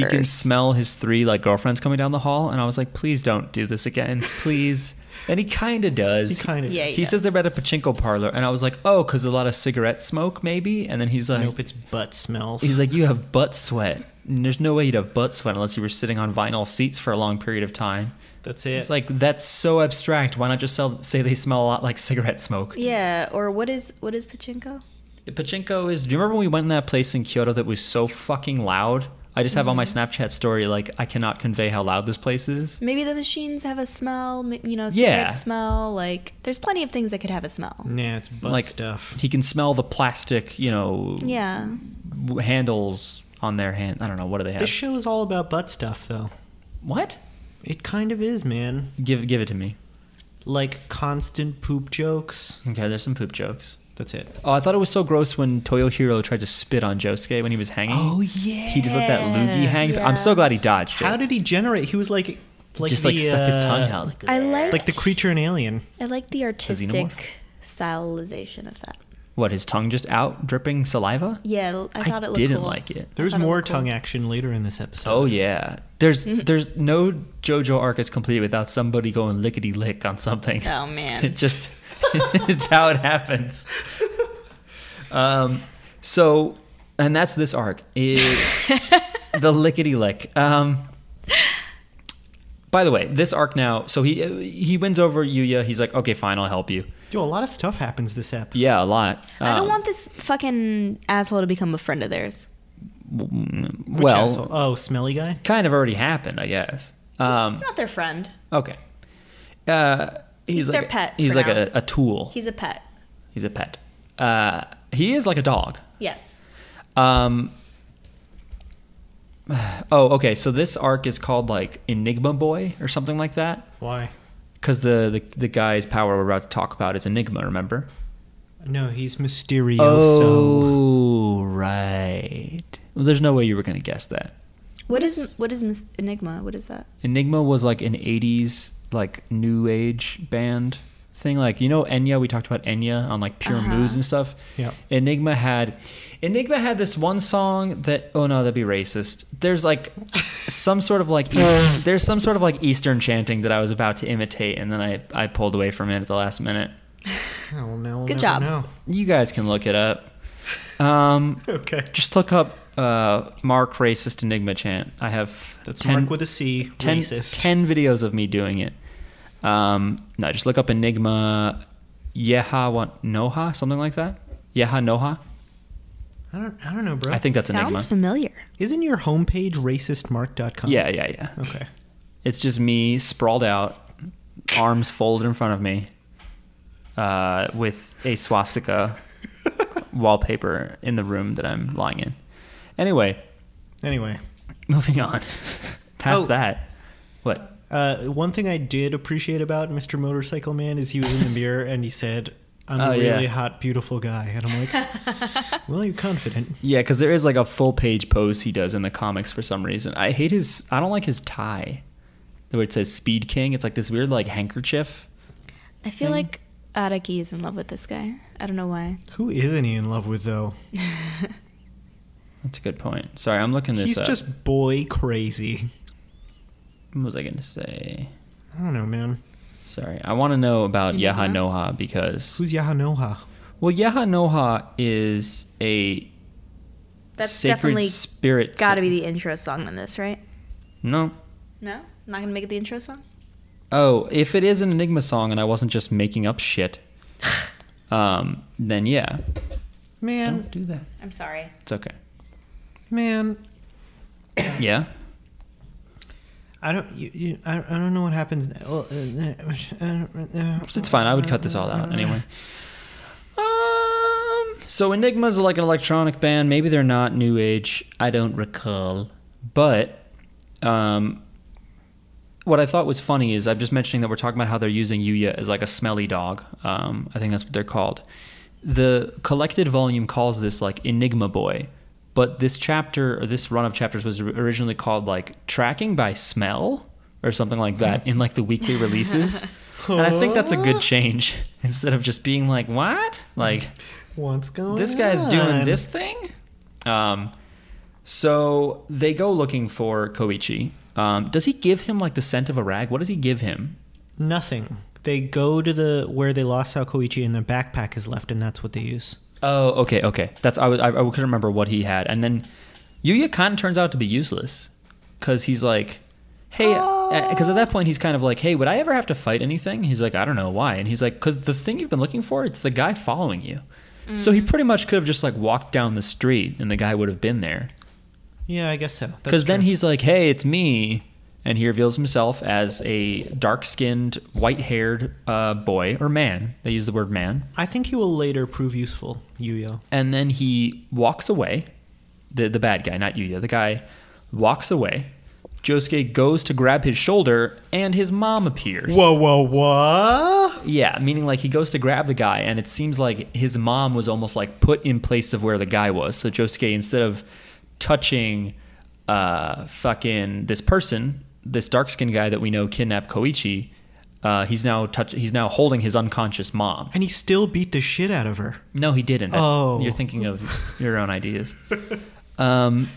can
worst.
smell his three like girlfriends coming down the hall, and I was like, please don't do this again, please. And he kind of does.
He kind of.
Yeah,
He says they're at a pachinko parlor, and I was like, oh, because a lot of cigarette smoke, maybe. And then he's like,
Nope, it's butt smells.
he's like, you have butt sweat. And there's no way you'd have butt sweat unless you were sitting on vinyl seats for a long period of time.
That's it.
It's like that's so abstract. Why not just sell, say they smell a lot like cigarette smoke?
Yeah. Or what is what is pachinko?
Pachinko is. Do you remember when we went in that place in Kyoto that was so fucking loud? I just have on my
Mm-hmm.
Snapchat story like I cannot convey how loud this place is.
Maybe the machines have a smell. m- You know, cigarette
Yeah.
smell. Like there's plenty of things that could have a smell.
Nah, it's butt
like
stuff.
He can smell the plastic, you know,
Yeah.
w- handles on their hand. I don't know what do they have.
This show is all about butt stuff, though.
what?
It kind of is, man.
Give give it to me.
Like constant poop jokes.
Okay, there's some poop jokes.
That's it.
Oh, I thought it was so gross when Toyohiro tried to spit on Josuke when he was hanging.
Oh, yeah.
Oh, He just let that loogie hang.
Yeah.
I'm so glad he dodged it.
How did he generate? He was like, like
just
the,
like stuck his
uh,
tongue out. Like,
I like
like the creature in Alien.
I like the
xenomorph?
artistic stylization of that.
what? His tongue just out, dripping saliva.
Yeah, I thought it looked
didn't
cool.
like it.
There was
thought it
more
looked cool.
tongue action later in this episode.
Oh yeah. There's
Mm-hmm.
there's no JoJo arc is complete without somebody going lickety lick on something.
Oh man.
It just it's how it happens. Um so and that's this arc. It- the lickety lick. Um by the way, this arc now, so he he wins over Yuya. He's like, okay, fine, I'll help you.
Yo, a lot of stuff happens this episode.
Yeah, a lot.
I don't
Um,
want this fucking asshole to become a friend of theirs.
Which
Well,
asshole? oh, smelly guy.
kind of already happened, I guess. Um,
He's not their friend.
Okay. Uh, he's,
He's
like
their pet
He's
for
like
now.
a, a tool.
He's a pet.
He's a pet. Uh, he is like a dog.
Yes.
Um, oh, okay. So this arc is called like Enigma Boy or something like that,
Why?
because the, the the guy's power we're about to talk about is Enigma. Remember?
No, he's Mysterioso.
Oh, right. Well, there's no way you were going to guess that.
What is what is Miss Enigma? What is that?
Enigma was like an 80s like new age band thing like you know Enya we talked about Enya on like Pure
Uh-huh.
Moves and stuff.
Yeah.
Enigma had Enigma had this one song that oh no that'd be racist. There's like some sort of like e- there's some sort of like eastern chanting that I was about to imitate and then I I pulled away from it at the last minute.
Oh, no, we'll
Good
never
job.
know.
You guys can look it up. Um
Okay.
just look up uh Mark racist Enigma chant. I have
That's
10
Mark with a C.
10,
racist.
10 videos of me doing it. Um, no, just look up Enigma Yeha wa- Noha, something like that. Yeha Noha.
I don't. I don't know, bro.
I think that's
Sounds
Enigma.
familiar.
Isn't your homepage racistmark.com?
Yeah, yeah, yeah.
Okay.
It's just me sprawled out, arms folded in front of me, uh, with a swastika wallpaper in the room that I'm lying in. Anyway,
Anyway,
moving on. Past
Oh.
that. What?
uh, one thing I did appreciate about Mr. Motorcycle Man is he was in the mirror and he said, "I'm
Oh,
a
yeah.
really hot, beautiful guy," and I'm like, "Well, you're confident."
Yeah, because there is like a full page pose he does in the comics for some reason. I hate his. I don't like his tie, where it says Speed King. It's like this weird like handkerchief.
I feel like Araki is in love with this guy. I don't know why.
Who isn't he in love with though?
That's a good point. Sorry, I'm looking this
He's
up.
just boy crazy.
What was I gonna say?
I don't know, man.
Sorry, I want to know about
You know
Yaha
that?
Noha because
Who's Yahanoha?
well, Yaha Noha is a
That's
sacred
definitely
spirit.
Got to be the intro song on this, right?
no.
No, not gonna make it the intro song.
Oh, if it is an Enigma song and I wasn't just making up shit, um, then yeah,
Man,
don't do that.
I'm sorry.
It's okay.
man,
Yeah.
I don't. You, you, I, I don't know what happens. Now. uh,
It's fine. I would cut this all
Mm-hmm.
out anyway. Um, so Enigma's like an electronic band. Maybe they're not new age. I don't recall. But um, what I thought was funny is I'm just mentioning that we're talking about how they're using Yuya as like a smelly dog. Um, I think that's what they're called. The collected volume calls this like Enigma Boy, but this chapter or this run of chapters was originally called like Tracking by Smell or something like that in like the weekly releases. And I think that's a good change instead of just being like, what? Like,
What's going?
this guy's doing
on?
this thing? Um, so they go looking for Koichi. Um, does he give him like the scent of a rag? What does he give him?
Nothing. They go to the where they lost Sakoichi and their backpack is left, and that's what they use.
Oh, okay, okay. That's I was I, I couldn't remember what he had, and then Yuya kind of turns out to be useless because he's like, hey, because at that point he's kind of like, hey, would I ever have to fight anything? He's like, I don't know why, and he's like, because the thing you've been looking for, it's the guy following you. So he pretty much could have just like walked down the street, and the guy would have been there.
Yeah, I guess so. That's
Because then
true.
he's like, "Hey, it's me," and he reveals himself as a dark-skinned, white-haired uh, boy or man. They use the word man,
I think he will later prove useful, Yuyo.
and then he walks away. The the bad guy, not Yuya, the guy walks away. Josuke goes to grab his shoulder, and his mom appears.
whoa, whoa!
Yeah, meaning like he goes to grab the guy, and it seems like his mom was almost like put in place of where the guy was. So Josuke, instead of touching uh, fucking this person, this dark skinned guy that we know kidnapped Koichi, uh, he's now touch. He's now holding his unconscious mom.
And he still beat the shit out of her.
No, he didn't.
Oh.
You're thinking of your own ideas. Um,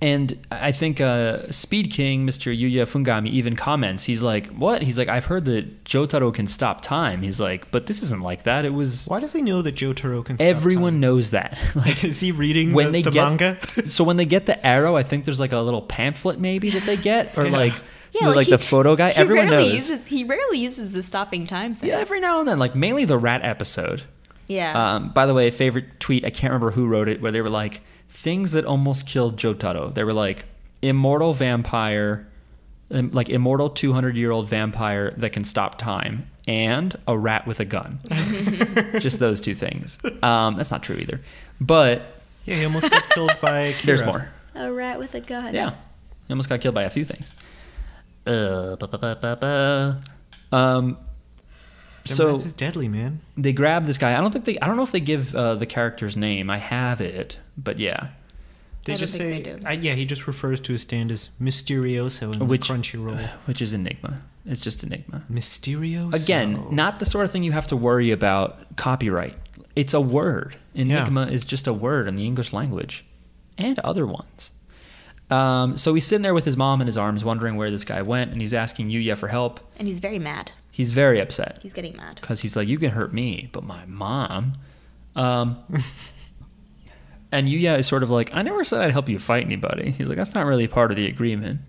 and I think uh, Speed King, Mr. Yuya Fungami, even comments. He's like, What? He's like, I've heard that Jotaro can stop time. He's like, But this isn't like that. It was.
Why does he know that Jotaro can? stop
Everyone
time?
knows that. like,
Is he reading
when
the,
they
the
get
manga?
so when they get the arrow, I think there's like a little pamphlet maybe that they get, or
Yeah.
like
Yeah,
like, the photo guy.
He
Everyone
rarely
knows.
uses he rarely uses the stopping time thing.
yeah, every now and then, like mainly the rat episode.
Yeah.
Um, by the way, favorite tweet, I can't remember who wrote it, where they were like, things that almost killed Jotaro. They were like, immortal vampire, um, like immortal 200 year old vampire that can stop time, and a rat with a gun. Just those two things. Um, that's not true either. But
Yeah, he almost got killed by. Kira.
there's more.
a rat with a gun.
Yeah. He almost got killed by a few things. Uh, ba- ba- ba- ba- ba. Um, so
this is deadly, man.
they grab this guy. I don't think they. I don't know if they give uh, the character's name. I have it, but yeah,
They
I don't
just say,
think they do.
I, yeah, he just refers to his stand as Mysterioso in
Which-
the Crunchyroll.
which is Enigma. It's just Enigma.
Mysterioso.
Again, not the sort of thing you have to worry about copyright. It's a word. Enigma is just a word in the English language, and other ones. Um, so he's sitting there with his mom in his arms, wondering where this guy went, and he's asking Yuya for help.
And he's very mad.
He's very upset.
He's getting mad.
because he's like, you can hurt me, but my mom. Um, and Yuya is sort of like, I never said I'd help you fight anybody. He's like, that's not really part of the agreement.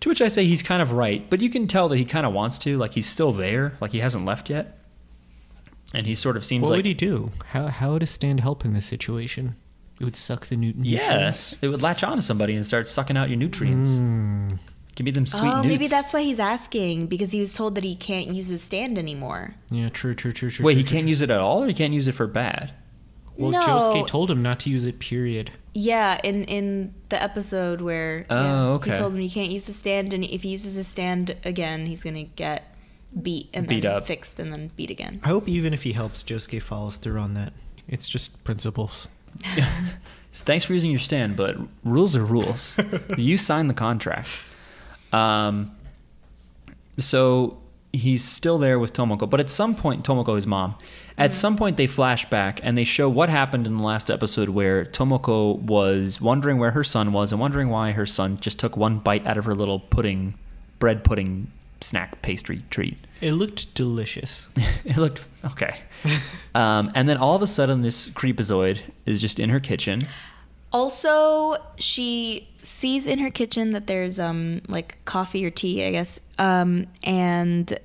To which I say he's kind of right, but you can tell that he kind of wants to. Like he's still there, like he hasn't left yet. And he sort of seems
What
like
would he do? How how would a stand help in this situation? It would suck the Newton.
yes, it would latch on to somebody and start sucking out your nutrients. Hmm. Give me them sweet.
oh, maybe
newts.
that's why he's asking because he was told that he can't use his stand anymore.
Yeah, true, true, true, true.
Wait,
true,
he
true,
can't use it at all, or he can't use it for bad.
true. Well,
No.
Josuke told him not to use it. Period.
Yeah, in in the episode where
Oh,
yeah,
okay.
he told him he can't use the stand, and if he uses his stand again, he's gonna get beat and
Beat
then
up.
fixed and then beat again.
I hope even if he helps, Josuke follows through on that. It's just principles.
Thanks for using your stand, but rules are rules. you signed the contract. Um, so he's still there with Tomoko, but at some point, Tomoko, his mom, at some point they flash back and they show what happened in the last episode where Tomoko was wondering where her son was and wondering why her son just took one bite out of her little pudding, bread pudding snack pastry treat.
It looked delicious.
it looked okay. um, and then all of a sudden, this creepazoid is just in her kitchen.
Also, she sees in her kitchen that there's um like coffee or tea, I guess. Um and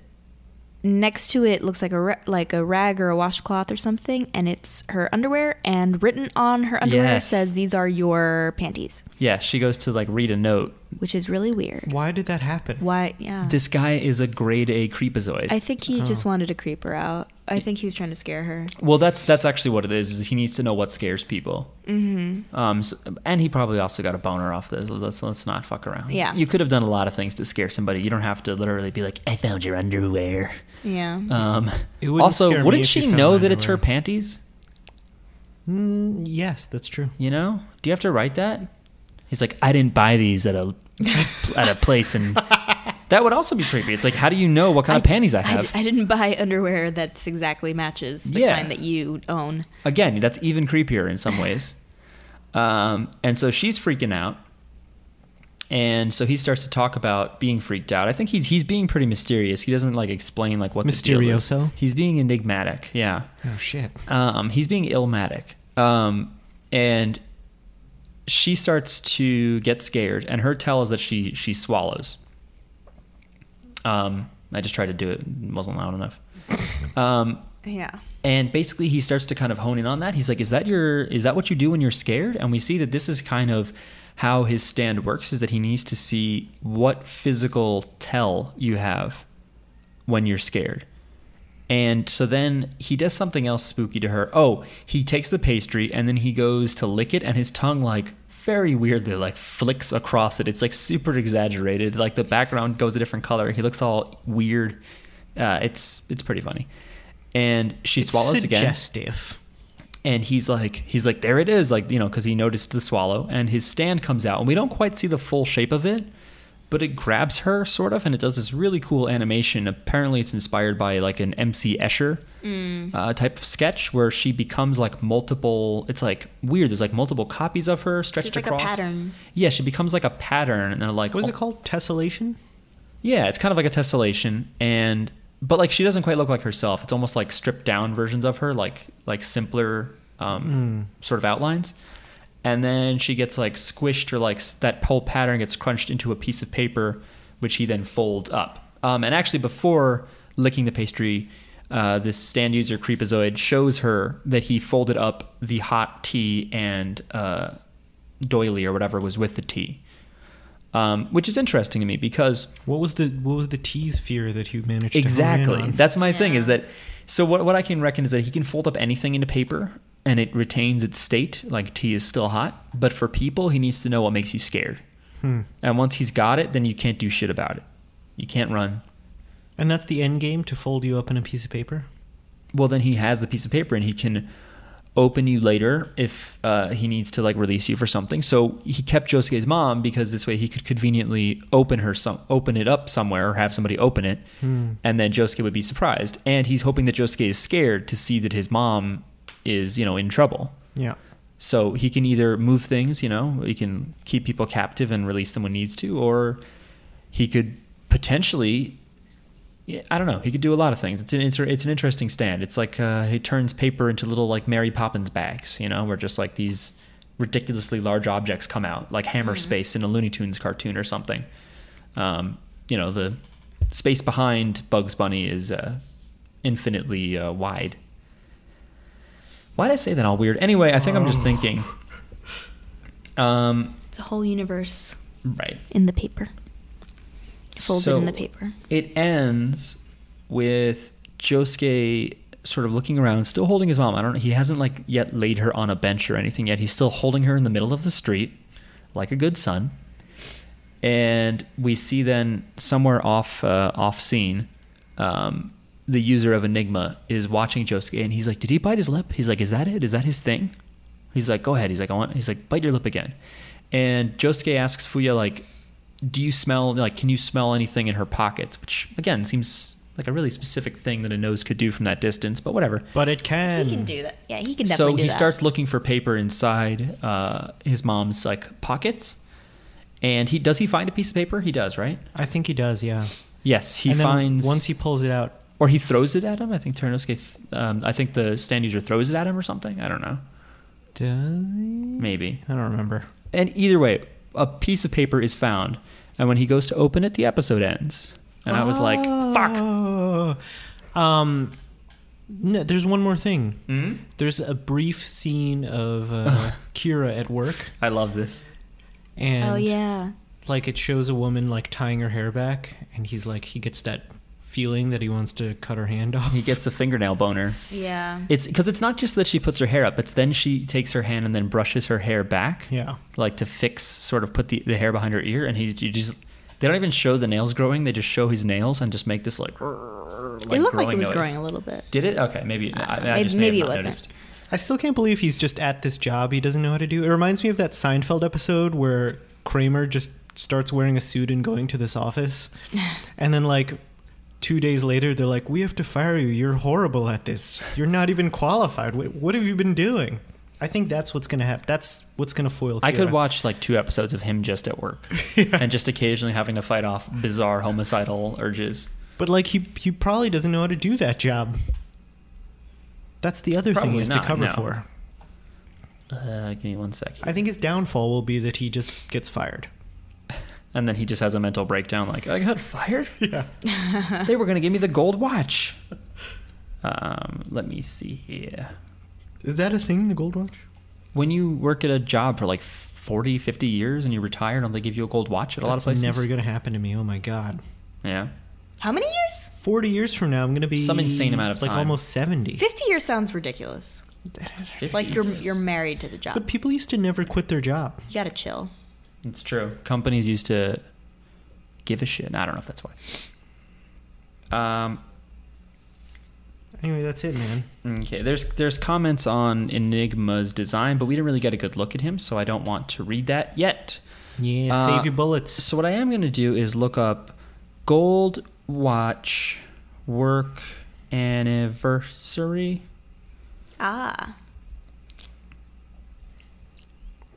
next to it looks like a ra- like a rag or a washcloth or something and it's her underwear and written on her underwear
Yes.
says these are your panties,
Yeah, she goes to like read a note.
which is really weird.
Why did that happen?
Why yeah.
This Oh. guy is a grade A creepazoid.
I think he just wanted to creep her out. I think he was trying to scare her.
well, that's that's actually what it is. Is he needs to know what scares people. Mm-hmm. Um, so- and he probably also got a boner off this. Let's let's not fuck around.
Yeah.
you could have done a lot of things to scare somebody. You don't have to literally be like, I found your underwear.
Yeah.
Um,
It wouldn't
also,
scare me
wouldn't
if
she
you found
know
my
that it's her
underwear.
panties?
Mm, yes, that's true.
You know, do you have to write that? He's like, I didn't buy these at a at a place, and that would also be creepy. It's like, how do you know what kind of panties I
I,
have?
d- I didn't buy underwear that's exactly matches the
Yeah.
kind that you own.
again, that's even creepier in some ways. Um, and so she's freaking out. And so he starts to talk about being freaked out. I think he's he's being pretty mysterious. He doesn't like explain like what The deal
Mysterioso?
is. He's being enigmatic. Yeah.
Oh shit.
Um, he's being illmatic. Um, and she starts to get scared, and her tell is that she she swallows. Um, I just tried to do it; it wasn't loud enough. Um,
Yeah.
and basically, he starts to kind of hone in on that. He's like, "Is that your? Is that what you do when you're scared?" And we see that this is kind of how his stand works: is that he needs to see what physical tell you have when you're scared. And so then he does something else spooky to her. Oh, he takes the pastry and then he goes to lick it, and his tongue like very weirdly like flicks across it. It's like super exaggerated. Like the background goes a different color. He looks all weird. Uh, it's it's pretty funny. And she swallows again
Suggestive.
and he's like he's like there it is like you know because he noticed the swallow and his stand comes out and we don't quite see the full shape of it but it grabs her sort of and it does this really cool animation apparently it's inspired by like an mc escher
Mm.
uh, type of sketch where she becomes like multiple it's like weird there's like multiple copies of her stretched
She's like
across
a pattern.
yeah she becomes like a pattern and they're like
What is
oh,
it called? Tessellation?
yeah, it's kind of like a tessellation, and but like she doesn't quite look like herself. It's almost like stripped down versions of her, like like simpler um, sort of outlines. And then she gets like squished, or like s- that whole pattern gets crunched into a piece of paper, which he then folds up. Um, and actually, before licking the pastry, uh, this stand user creepazoid shows her that he folded up the hot tea and uh, doily or whatever was with the tea, um, which is interesting to me because
What was the what was the tease fear that you managed to hone
Exactly.
in on?
That's my thing is
Yeah.
that so what what I can reckon is that he can fold up anything into paper and it retains its state, like tea is still hot. But for people he needs to know what makes you
Hmm.
scared. And once he's got it, then you can't do shit about it. You can't run.
And that's the end game to fold you up in a piece of paper.
Well, then he has the piece of paper and he can open you later if uh, he needs to like release you for something. So he kept Josuke's mom because this way he could conveniently open her some open it up somewhere or have somebody open it, and then Josuke would be surprised. And he's hoping that Josuke is scared to see that his mom is you know in trouble.
Yeah.
So he can either move things, you know, he can keep people captive and release them when needs to, or he could potentially, yeah, I don't know, he could do a lot of things. It's an it's, it's an interesting stand. It's like uh, he turns paper into little like Mary Poppins bags, you know, where just like these ridiculously large objects come out, like hammer space in a Looney Tunes cartoon or something. Um, you know, the space behind Bugs Bunny is uh, infinitely uh, wide. Why did I say that all weird? Anyway, I think I'm just thinking. Um,
It's a whole universe
right.
in the paper. Folded
So-
in the paper.
It ends with Josuke sort of looking around, still holding his mom. I don't know. He hasn't like yet laid her on a bench or anything yet. He's still holding her in the middle of the street, like a good son. And we see then somewhere off uh, off scene, um, the user of Enigma is watching Josuke, and he's like, "Did he bite his lip?" He's like, "Is that it? Is that his thing?" He's like, "Go ahead." He's like, "I want." He's like, "Bite your lip again." And Josuke asks Fuya like, do you smell like can you smell anything in her pockets which again seems like a really specific thing that a nose could do from that distance but whatever
But it can.
He can do that. Yeah, he can
so
definitely do
he
that.
starts looking for paper inside uh, his mom's like pockets and he does he find a piece of paper he does right
I think he does, yeah.
yes he
and then
finds
once he pulls it out,
or he throws it at him i think Ternosuke, th- um, i think the stand user throws it at him or something i don't know
does he?
maybe
I don't remember.
and either way a piece of paper is found and when he goes to open it the episode ends and i was
Oh.
like fuck
fuck. Oh. Um, no, there's one more thing. There's a brief scene of uh, Kira at work,
i love this
and
oh yeah.
like it shows a woman like tying her hair back, and he's like he gets that feeling that he wants to cut her hand off.
He gets a fingernail boner.
Yeah.
It's because it's not just that she puts her hair up, it's then she takes her hand and then brushes her hair back,
Yeah,
like to fix, sort of put the, the hair behind her ear. And he's you just, they don't even show the nails growing, they just show his nails and just make this like, like
it looked like it was
noise.
growing a little bit.
Did it? Okay, maybe. I, I
maybe-
just may have
maybe it
not
wasn't.
noticed.
I still can't believe he's just at this job he doesn't know how to do. It reminds me of that Seinfeld episode where Kramer just starts wearing a suit and going to this office. And then, like, two days later, they're like, We have to fire you. You're horrible at this. You're not even qualified. What, what have you been doing? I think that's what's going to happen. That's what's going to foil
I could
Kira.
watch like two episodes of him just at work and just occasionally having to fight off bizarre homicidal urges.
But, like, he, he probably doesn't know how to do that job. That's the other thing
Probably
he has
not,
to cover
no.
for.
Uh, give me one sec.
I think his downfall will be that he just gets fired.
And then he just has a mental breakdown like, I got fired?
Yeah.
they were going to give me the gold watch. Um, let me see here.
Is that a thing, the gold watch?
When you work at a job for like 40, 50 years and you retire, don't they give you a gold watch at a lot of
That's
places?
never gonna happen to me. Oh my god.
yeah.
How many years?
Forty years from now, I'm gonna be
Some insane amount of
like
time.
almost seventy.
50 years sounds ridiculous.
50s.
Like you're you're married to the job.
But people used to never quit their job.
you got to chill.
It's true. Companies used to give a shit. I don't know if that's why. Um,
Anyway, that's it, man.
Okay, there's there's comments on Enigma's design, but we didn't really get a good look at him, so I don't want to read that yet.
Yeah,
Uh,
save your bullets.
So what I am going to do is look up gold watch work anniversary
Ah.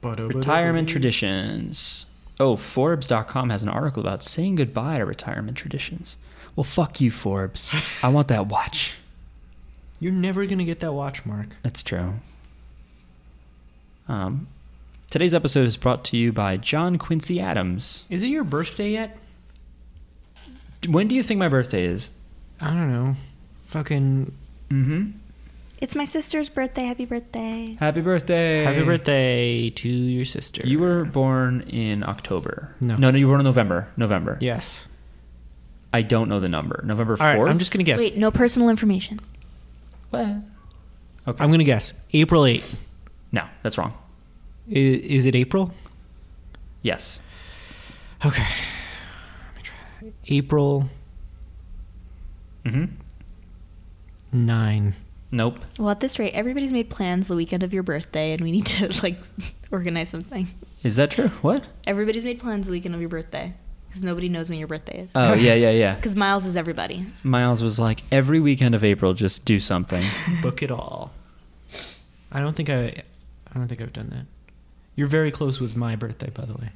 retirement traditions. Oh, Forbes.com has an article about saying goodbye to retirement traditions. Well, fuck you, Forbes. I want that watch.
You're never gonna get that watch, Mark.
That's true. Um, today's episode is brought to you by John Quincy Adams.
Is it your birthday yet?
When do you think my birthday is?
I don't know. Fucking
Mm-hmm.
It's my sister's birthday. Happy birthday.
Happy birthday.
happy birthday to your sister.
You were born in October.
No.
No, no, you were born in November. November.
Yes.
I don't know the number. November 4th?
All right, I'm just gonna guess.
Wait, no personal information.
What? Okay.
I'm gonna guess. April 8th.
No, that's wrong.
I- is it April?
Yes.
Okay. April
hmm
Nine.
Nope.
Well, at this rate, everybody's made plans the weekend of your birthday, and we need to like organize something.
Is that true? What?
Everybody's made plans the weekend of your birthday because nobody knows when your birthday is.
Oh yeah, yeah, yeah.
Because Miles is everybody.
Miles was like, every weekend of April, just do something.
Book it all. I don't think I. I don't think I've done that. You're very close with my birthday, by the way.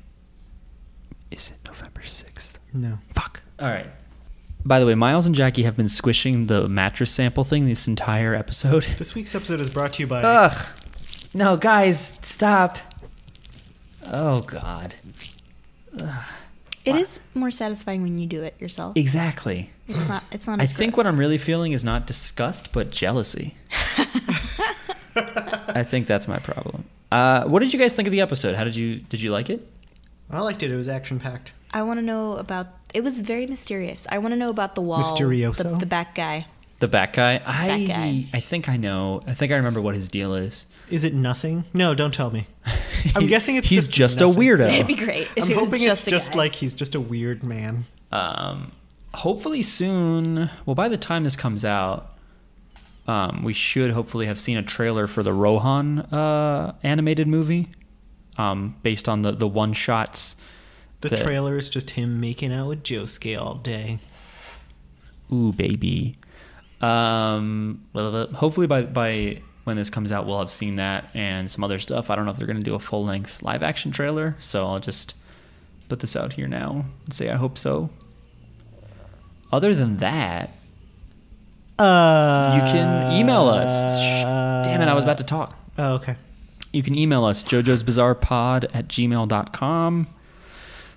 Is it November sixth?
No.
Fuck. All right. By the way, Miles and Jackie have been squishing the mattress sample thing this entire episode.
This week's episode is brought to you by.
Ugh. No, guys, stop. Oh God.
It
Uh,
is more satisfying when you do it yourself.
Exactly.
It's not. It's not.
I
As
think
gross.
what I'm really feeling is not disgust, but jealousy. I think that's my problem. Uh, what did you guys think of the episode? How did you did you like it?
I liked it. It was action packed.
I want to know about. It was very mysterious. I want to know about the wall.
Mysterioso?
The, the back guy.
The back guy. I
That guy.
I think I know. I think I remember what his deal is.
Is it nothing? No, don't tell me. I'm guessing it's
he's
just
just, a
nothing.
It'd
weirdo.
be great. if
I'm
it was
hoping it's
a
just
guy.
like he's just a weird man.
Um, hopefully soon. Well, by the time this comes out, um, we should hopefully have seen a trailer for the Rohan uh, animated movie, um, based on the the one shots.
The,
The-
trailer is just him making out with Josuke all day.
Ooh, baby. Um, blah, blah, blah. hopefully by by when this comes out, we'll have seen that and some other stuff. I don't know if they're going to do a full length live action trailer, so I'll just put this out here now and say I hope so. Other than that,
Uh,
you can email us. Shh, damn it, I was about to talk.
Oh, okay.
You can email us, Jojo's Bizarre Pod at gmail.com,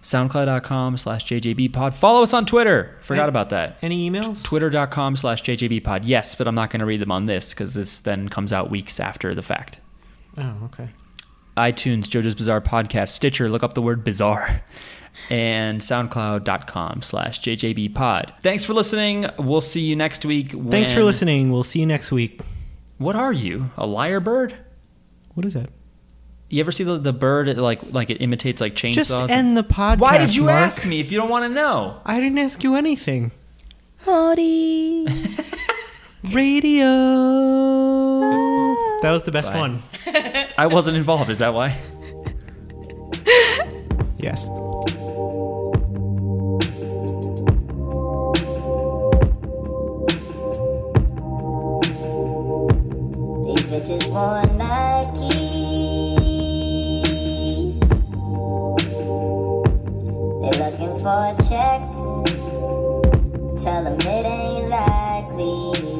soundcloud.com slash jjbpod. Follow us on Twitter. Forgot
Hey.
about that.
Any emails?
twitter.com slash jjbpod yes but i'm not going to read them on this because this then comes out weeks after the fact
Oh, okay.
itunes jojo's bizarre podcast stitcher look up the word bizarre and soundcloud.com slash jjbpod thanks for listening we'll see you next week when...
Thanks for listening. We'll see you next week.
what are you a lyre bird
What is that?
you ever see the, the bird it, like like it imitates like chainsaws
Just end the podcast.
why did you
Mark.
ask me if you don't want to know
I didn't ask you anything.
Howdy.
Radio. That was the best
Bye.
one.
i wasn't involved is that why
Yes.
These bitches want Nike. They looking for a check. Tell 'em it ain't likely.